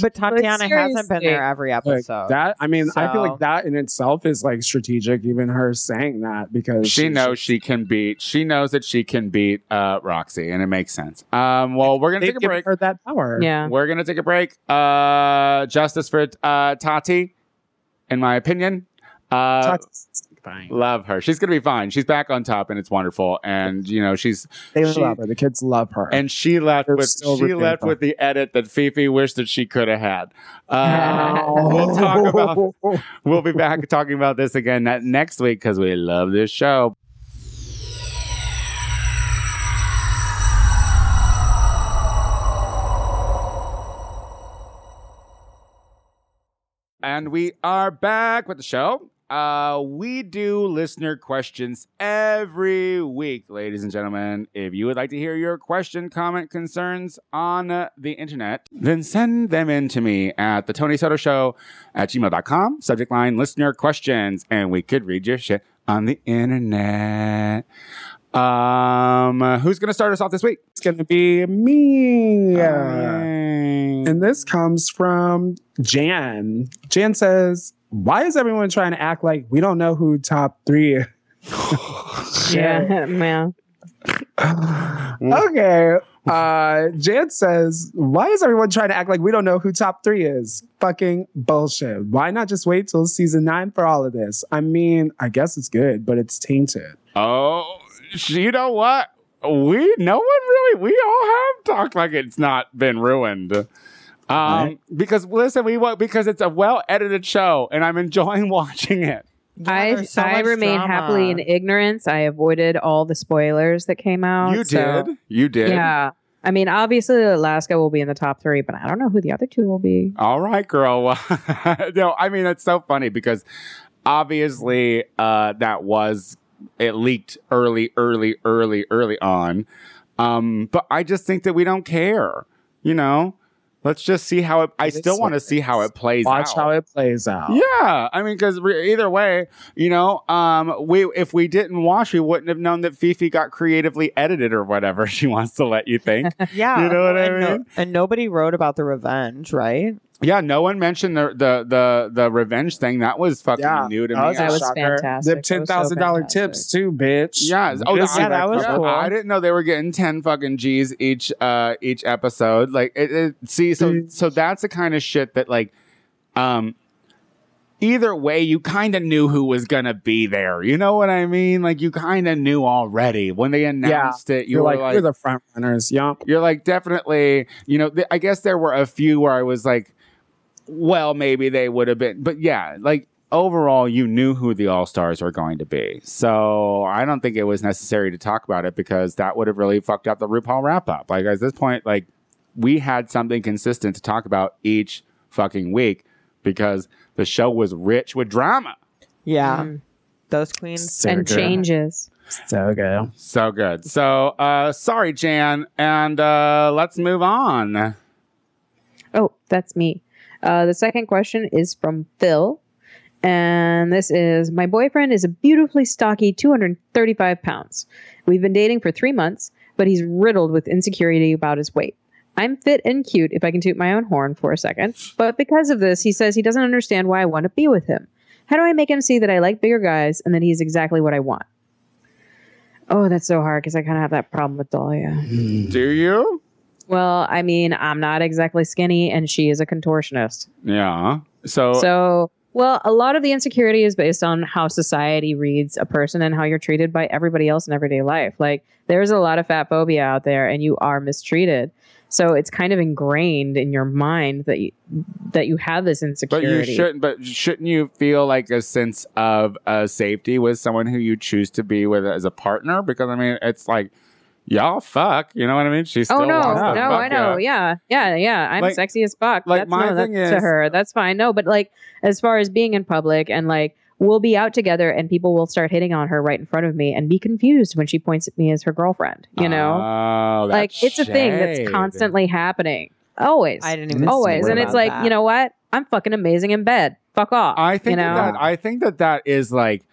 But Tatiana hasn't been
seriously.
there every
Like,
episode.
that I mean, I feel
So-
like that in itself is like strategic, even her saying that because
she
she's
knows
just-
she can beat. She knows that she can beat uh, Roxy, and it makes sense. Um, well, we're gonna
they've
take a
given
break.
her that power.
Yeah.
We're gonna take a break. Uh, justice for uh, Tati, in my opinion. Uh,
That's fine.
love her. She's gonna be fine. She's back on top, and it's wonderful. And you know, she's
They
she-
love her. The kids love her.
And she left
They're
with
still
she
rooting
left
for
with the edit that Fifi wished that she could have had. Uh,
Wow.
we'll talk about. We'll be back talking about this again ne- next week because we love this show. And we are back with the show. Uh, we do listener questions every week, ladies and gentlemen. If you would like to hear your question, comment, concerns on uh, the internet, then send them in to me at the Tony Soto Show at gmail.com. Subject line listener questions, and we could read your shit on the internet. Um, uh, who's gonna start us off this week?
it's gonna be me.
Uh, Alright.
And this comes from Jan. Jan says, Why is everyone trying to act like we don't know who top three is?
Yeah, man.
Mm.
okay. Uh, Jan says, Why is everyone trying to act like we don't know who top three is? Fucking bullshit. Why not just wait till season nine for all of this? I mean, I guess it's good, but it's tainted.
Oh, sh- you know what? We no one really. We all have talked like it's not been ruined. Um,
Right.
because listen, we want because it's a well edited show, and I'm enjoying watching it.
Yeah,
I
there's so
I
much
remain
drama.
happily in ignorance. I avoided all the spoilers that came
Oh,
out.
you
so-
did, you did.
Yeah. I mean, obviously Alaska will be in the top three, but I don't know who the other two will be.
All right, girl. Well, no, I mean it's so funny because obviously uh, that was it leaked early, early, early, early on. Um, but I just think that we don't care. You know, let's just see how it. I
It is
still
what
want to
it
see how
is.
it plays.
Watch
out.
how it plays out.
Yeah, I mean, because either way, you know, um, we if we didn't watch, we wouldn't have known that Fifi got creatively edited or whatever she wants to let you think.
Yeah.
You know what I
and
mean?
and nobody wrote about the revenge, right?
yeah, no one mentioned the the the, the revenge thing. That was fucking
Yeah,
new to
that
me.
was
That was
shocker.
fantastic.
Them
That
ten
was so
thousand dollar
fantastic.
tips too, bitch.
Yeah. Oh,
This
I-
yeah, that was
yeah,
cool.
I didn't know they were getting ten fucking G's each uh each episode. Like it, it see, so
Mm.
so that's the kind of shit that like um either way you kind of knew who was gonna be there. You know what I mean? Like you kind of knew already when they announced it. You
You're
were
like,
like
you're the front runners. Yup.
you're like definitely you know th- i guess there were a few where i was like well maybe they would have been but yeah like overall you knew who the all-stars were going to be so i don't think it was necessary to talk about it because that would have really fucked up the rupaul wrap-up like at this point like we had something consistent to talk about each fucking week because the show was rich with drama
Yeah.
Mm.
Those queens.
So
and
good.
changes.
So good.
so good so uh sorry jan and uh let's move on
Oh, that's me. Uh, the second question is from Phil. And this is My boyfriend is a beautifully stocky 235 pounds. We've been dating for three months, but he's riddled with insecurity about his weight. I'm fit and cute if I can toot my own horn for a second, but because of this, he says he doesn't understand why I want to be with him. How do I make him see that I like bigger guys and that he's exactly what I want? Oh, that's so hard because I kind of have that problem with Dahlia.
do you
Well, I mean, I'm not exactly skinny, and she is a contortionist.
yeah so
So Well, a lot of the insecurity is based on how society reads a person and how you're treated by everybody else in everyday life. Like there's a lot of fat phobia out there and you are mistreated. So it's kind of ingrained in your mind that you, that you have this
But
insecurity.
you shouldn't. But shouldn't you feel like a sense of uh, safety with someone who you choose to be with as a partner? Because I mean, it's like y'all fuck. You know what I mean? She's still
Oh no,
wants to
no,
fuck
I know.
ya.
Yeah, yeah, yeah. I'm
Like-
sexy as fuck.
like,
that's
my
no, that's
thing
to
is-
her. That's fine. No, but like as far as being in public and like we'll be out together and people will start hitting on her right in front of me and be confused when she points at me as her girlfriend. You know,
Oh,
like
that's
it's a thing
shade.
that's constantly happening. Always,
I didn't even
always,
think
and it's
about
like
that.
you know what? I'm fucking amazing in bed. Fuck off.
I think
you
that
know.
that I think that that is like.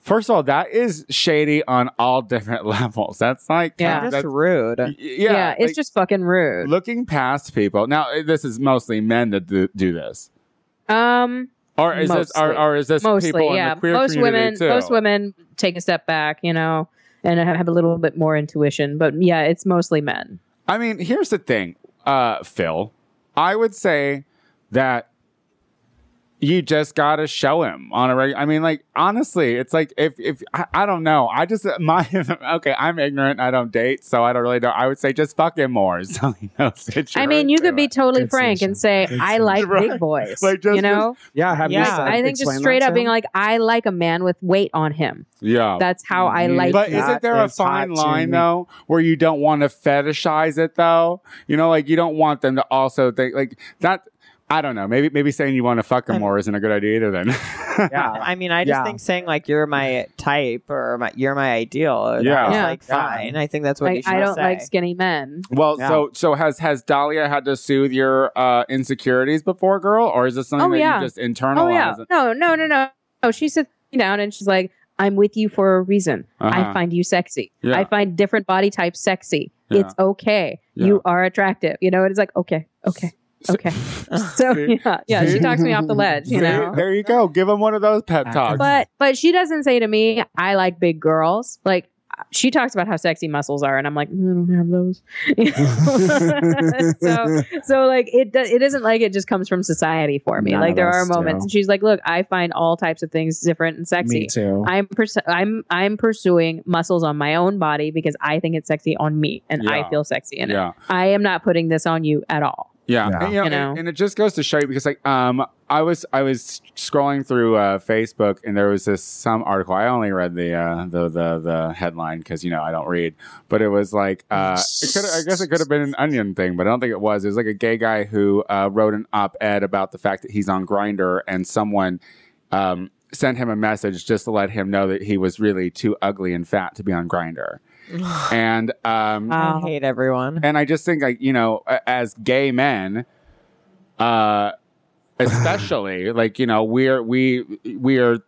First of all, that is shady on all different levels. That's like
Yeah.
kind of-
just rude.
that's, y-
yeah,
yeah,
it's
like,
just fucking rude.
looking past people. Now, eh, this is mostly men that do, do this,
um.
or is this, or,
Mostly.
or is this
mostly
people
yeah
in the queer
most
community
women
too?
most women take a step back you know and have, have a little bit more intuition but yeah it's mostly men
I mean, here's the thing, uh, Phil. I would say that you just gotta show him on a regular. I mean, like honestly, it's like if if I, I don't know, I just my okay, I'm ignorant. I don't date, so I don't really know. I would say just fuck him more, so he knows that you're
i mean you
into
could be
it.
totally
Good
frank and say i like big
Right.
boys
Like, just-
you know
Yeah, have
Yeah.
you
Like,
said,
i think just
explain
straight
that
up
to
being
him?
like i like a man with weight on him
yeah.
that's how i
You-
like
Oh. But
It's
isn't
not
there a
as hot
fine
to
line
me.
though, where you don't want to fetishize it though? You know, like you don't want them to also think like that. I don't know. Maybe maybe saying you want to fuck them
I'm-
more isn't a good idea either. Then,
yeah.
I mean, I just
Yeah.
think saying like you're my type or my, you're my ideal.
Yeah.
Yeah,
Yeah.
like
Yeah.
fine. I think that's what you
like
should
i don't
say.
like skinny men
well,
Yeah.
so so has has Dahlia had to soothe your uh, insecurities before, girl, or is this something
Oh,
that
yeah.
you just
oh yeah
internalize?
no no no no oh she sits me down and she's like i'm with you for a reason I
Uh-huh.
find you sexy.
Yeah.
I find different body types sexy.
Yeah.
It's okay.
Yeah.
You are attractive. You know, it's like, okay, okay, okay. so
See?
yeah, yeah, she
See?
talks me off the ledge, you
See?
know. Uh,
there you go. Give him one of those pep
I-
talks.
But but she doesn't say to me, I like big girls. Like she talks about how sexy muscles are, and I'm like, "Mm, I don't have those. You know? so so like it do- it isn't like it just comes from society for me.
None
like
of
there are
us do.
moments, and she's like, look, I find all types of things different and sexy.
me too.
I'm pers- I'm I'm pursuing muscles on my own body because I think it's sexy on me and
Yeah.
I feel sexy in it.
yeah.
I am not putting this on you at all.
Yeah,
Yeah.
And, you know,
You know?
And, and it just goes to show you because like um I was I was scrolling through uh, Facebook and there was this some article I only read the uh, the the the headline because you know I don't read but it was like uh it could I guess it could have been an onion thing but I don't think it was it was like a gay guy who uh, wrote an op ed about the fact that he's on Grinder and someone um sent him a message just to let him know that he was really too ugly and fat to be on Grinder and um
I
Wow.
hate everyone.
and I just think like you know, a- as gay men, uh, especially like you know, we're we we are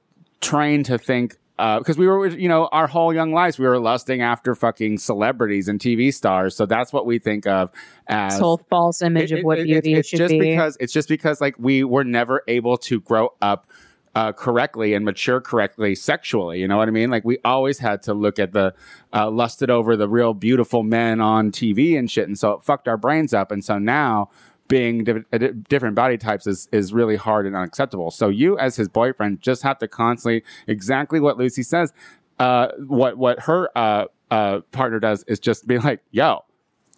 trained to think because we were you know our whole young lives we were lusting after fucking celebrities and TV stars, so that's what we think of as
This whole false image
it-
of what
it- it-
beauty
it's
should
just
be.
because it's just because like we were never able to grow up uh, correctly and mature correctly sexually. You know what I mean? Like we always had to look at the uh, lusted over the real beautiful men on TV and shit, and so it fucked our brains up. And so now being div- uh, di- different body types is is really hard and unacceptable. So you as his boyfriend just have to constantly exactly what Lucy says. Uh, what what her uh, uh, partner does is just be like, yo,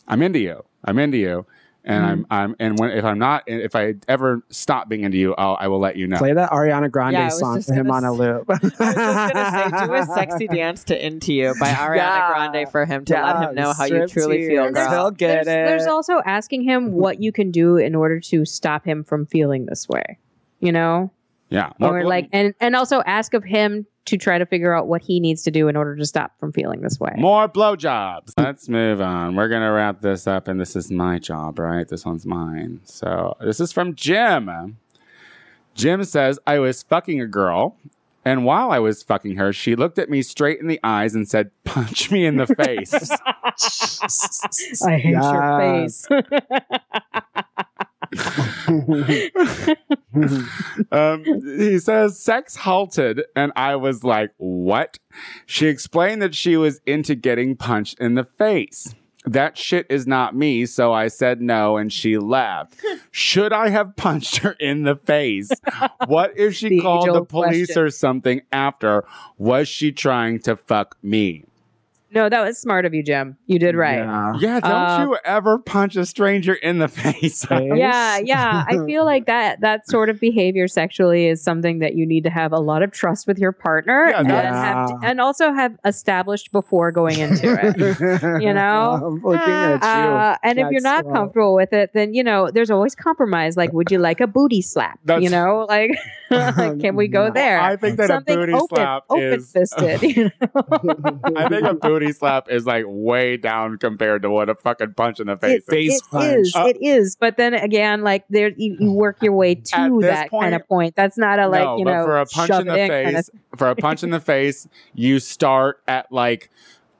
I'm into you. I'm into you. And I'm
Mm-hmm.
I'm and when if I'm not if I ever stop being into you, I'll I will let you know.
Play that Ariana Grande
Yeah, I was
song
just
for him
gonna
on a
s-
loop.
I was just gonna say, do a sexy dance to "Into You" by Ariana
Yeah.
Grande for him to let him know how you
Striptease.
truly feel,
And there's-
girl.
He'll get
there's, there's
it.
also asking him what you can do in order to stop him from feeling this way. You know?
Yeah.
or like and and also ask of him to try to figure out what he needs to do in order to stop from feeling this way.
more blowjobs. Let's move on. We're gonna wrap this up, and this is my job, right? This one's mine. So this is from Jim. Jim says, I was fucking a girl, and while I was fucking her, she looked at me straight in the eyes and said, Punch me in the face.
I hate your
Yes.
face.
um, he says sex halted and i was like what she explained that she was into getting punched in the face that shit is not me. So I said no and she left. Should I have punched her in the face? What if she
The
called the
age-old
police
question.
or something after? Was she trying to fuck me?
No, that was smart of you, Jim. You did right.
Yeah.
Yeah, don't
Uh,
you ever punch a stranger in the face.
yeah yeah i feel like that that sort of behavior sexually is something that you need to have a lot of trust with your partner
Yeah,
and,
that's-
have to- and also have established before going into it You know?
Oh, I'm looking at you.
Uh, and if you're
That's
not
right.
comfortable with it, then you know there's always compromise. Like, would you like a booty slap?
That's-
you know, like, like, can we go
Well,
there?
I think that
Something
a booty
open,
slap
open
is.
fisted. You know?
Uh,
I think a booty slap is like way down compared to what a fucking punch in the face
It-
is.
Face
It
punch.
is,
Uh,
it is. But then again, like there, you, you work your way to
this
that kind
point-
of point. That's not a like
no,
you
but
know
for a punch
shove
in the
it kind of
face, for a punch in the face, you start at like,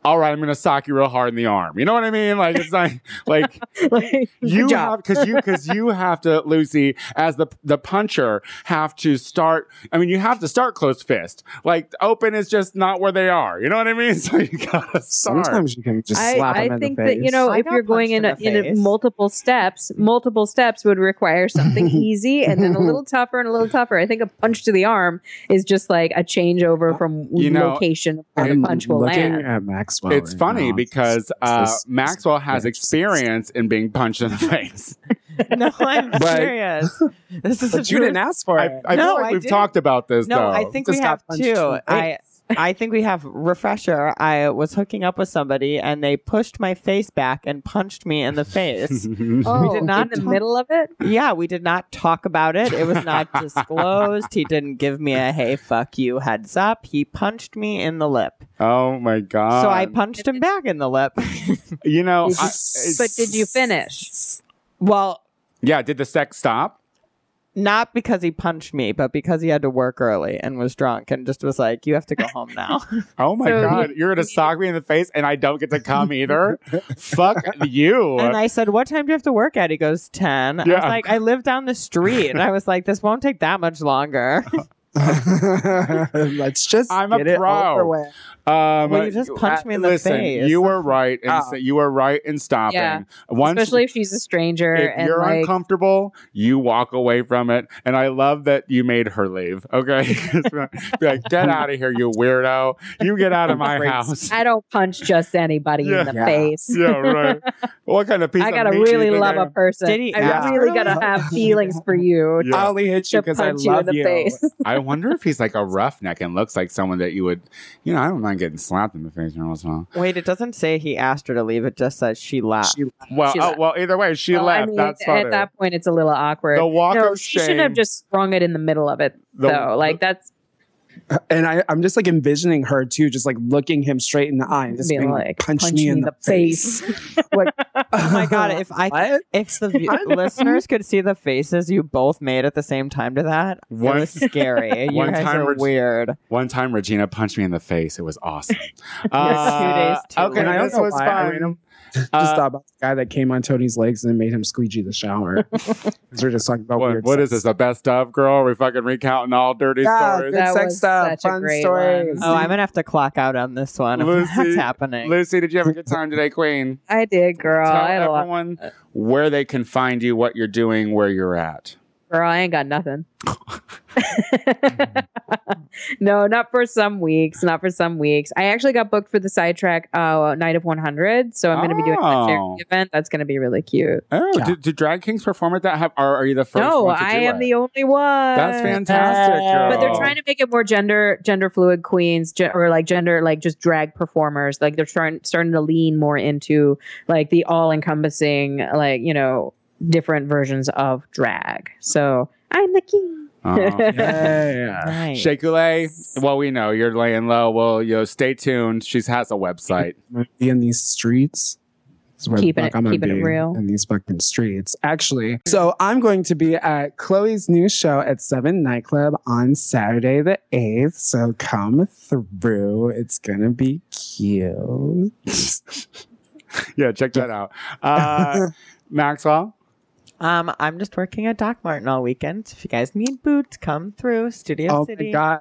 all right, I'm gonna sock you real hard in the arm. You know what I mean? Like it's like, like
like,
you
good job.
have because you because you have to lucy as the the puncher have to start i mean you have to start closed fist like open is just not where they are you know what i mean so you gotta start
Sometimes you can just
I,
slap
I
him in
think
the
that
face.
you know
I
if
got
you're going
punched
in,
in
a,
the
in a
face.
multiple steps, multiple steps would require something easy and then a little tougher and a little tougher. I think a punch to the arm is just like a changeover from
You know,
location where
I'm
the punch will
looking
land.
at Maxwell.
it's
right
funny
now.
because uh,
This-
maxwell has
this-
experience in being punched in the face
No, I'm
But-
serious. This is a
But you didn't ask for
i,
it.
I
No,
feel like
I
we've
didn't.
talked about this
No,
though
I think
Just
we
got
have
punched in
two.
the
I I think we have refresher. I was hooking up with somebody and they pushed my face back and punched me in the face.
Oh,
did not
in the
talk-
middle of it.
yeah, we did not talk about it. It was not disclosed. He didn't give me a hey fuck you heads up. He punched me in the lip.
oh my god
so I punched him back in the lip.
you know
Did
I-
you-
But did you finish?
well,
yeah did the sex stop
not because he punched me, but because he had to work early and was drunk and just was like, "You have to go home now."
Oh my
So
god, you're gonna sock me in the face and I don't get to come either. Fuck you.
and I said, "What time do you have to work at?" He goes, 10. I was
Yeah.
like, "I live down the street." And I was like, "This won't take that much longer."
Let's just
I'm a
get it
pro.
over with.
Um,
Well, you just punched me in the
listen,
face.
You were right, in,
Oh.
you were right in stopping.
Yeah.
Once,
Especially if she's a stranger
if
and
you're
like
uncomfortable, you walk away from it. And I love that you made her leave. Okay, Be like get out of here, you weirdo. You get out of my house.
I don't punch just anybody in the
Yeah.
face.
yeah, right. What kind of piece?
I
of
gotta
meat do you
really
think
love
I
a
am?
person.
Did he
I
ask
really
her?
gotta have feelings for you.
Yeah.
I only hit you
To
because I
punch you in
love
the
you.
face.
I wonder if he's like a roughneck and looks like someone that you would, you know, I don't mind getting slapped in the face every once in a while.
Wait, it doesn't say he asked her to leave. It just says she left.
Uh, She-
Well,
She
oh,
left.
well, either way, she
Well,
left.
I mean,
That's funny.
at that point, it's a little awkward.
the walk
no,
of
she
shame.
shouldn't have just sprung it in the middle of it,
The-
though. Like that's
and I, I'm just like envisioning her too, just like looking him straight in the eye and just
Being
being, like,
like,
punch, me in the face. like,
Oh my god! If I
What?
if the v- listeners could see the faces you both made at the same time to that,
One-
it was scary. You
one
guys
time
are
we're-
weird.
One time, Regina punched me in the face. It was awesome. Uh,
days too
Okay,
late.
And I
this
don't know
was
why I
fun.
made him-
Uh,
just thought about the guy that came on Tony's legs and made him squeegee the shower. 'Cause we're just talking about
what,
weird.
what is this?
sex.
The best of girl? Are we fucking recounting all dirty
Yeah,
stories.
good
That
sex
was
stuff,
such a
fun
great
stories.
one.
Oh, I'm gonna have to clock out on this one. if
Lucy-
That's happening.
Lucy, did you have a good time today, Queen?
I did, girl.
Tell
I had a lot,
everyone where they can find you, what you're doing, where you're at.
girl. I ain't got nothing. no, not for some weeks. Not for some weeks. I actually got booked for the sidetrack uh, night of 100, so I'm going to be doing
Oh.
a charity event. That's going to be really cute.
Oh,
Yeah.
do, do drag kings perform at that? Have, are, are you the first?
no,
one to
I
do
am
it?
the only one.
That's fantastic, girl.
But they're trying to make it more gender gender fluid queens ge- or like gender like just drag performers. Like they're trying starting to lean more into like the all encompassing like you know different versions of drag. So I'm the king.
Oh.
Yeah.
Right.
Shakule, well, we know you're laying low. Well, you know, stay tuned. She has a website.
I'm gonna be in these streets. That's where the
Keeping
fuck
it-
I'm gonna
keeping it
be,
real.
in these fucking streets. Actually, so I'm going to be at Chloe's new show at Seven Nightclub on Saturday the eighth. So come through. It's gonna be cute.
yeah, check that out. Uh, Maxwell,
Um, I'm just working at Doc Martin all weekend. If you guys need boots, come through Studio
oh
City.
my god.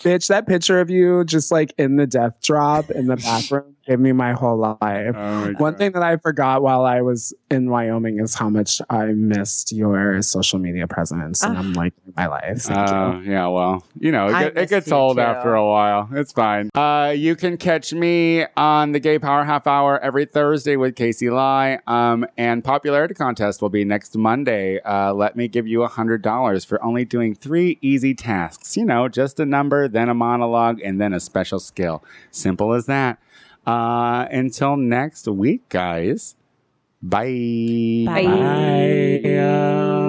bitch, that picture of you just like in the death drop in the bathroom gave me my whole life.
Oh my
One
God.
thing that I forgot while I was in Wyoming is how much I missed your social media presence, and
Ah.
I'm like, my life. Thank you.
Oh, yeah, well, you know,
I
it, get- it
miss
gets
you
old
too.
after a while. It's fine. Uh, you can catch me on the Gay Power Half Hour every Thursday with Casey Lai. Um, and popularity contest will be next Monday. Uh, let me give you a hundred dollars for only doing three easy tasks. You know, just a number, then a monologue, and then a special skill. Simple as that. Uh, until next week, guys. Bye.
Bye.
Bye.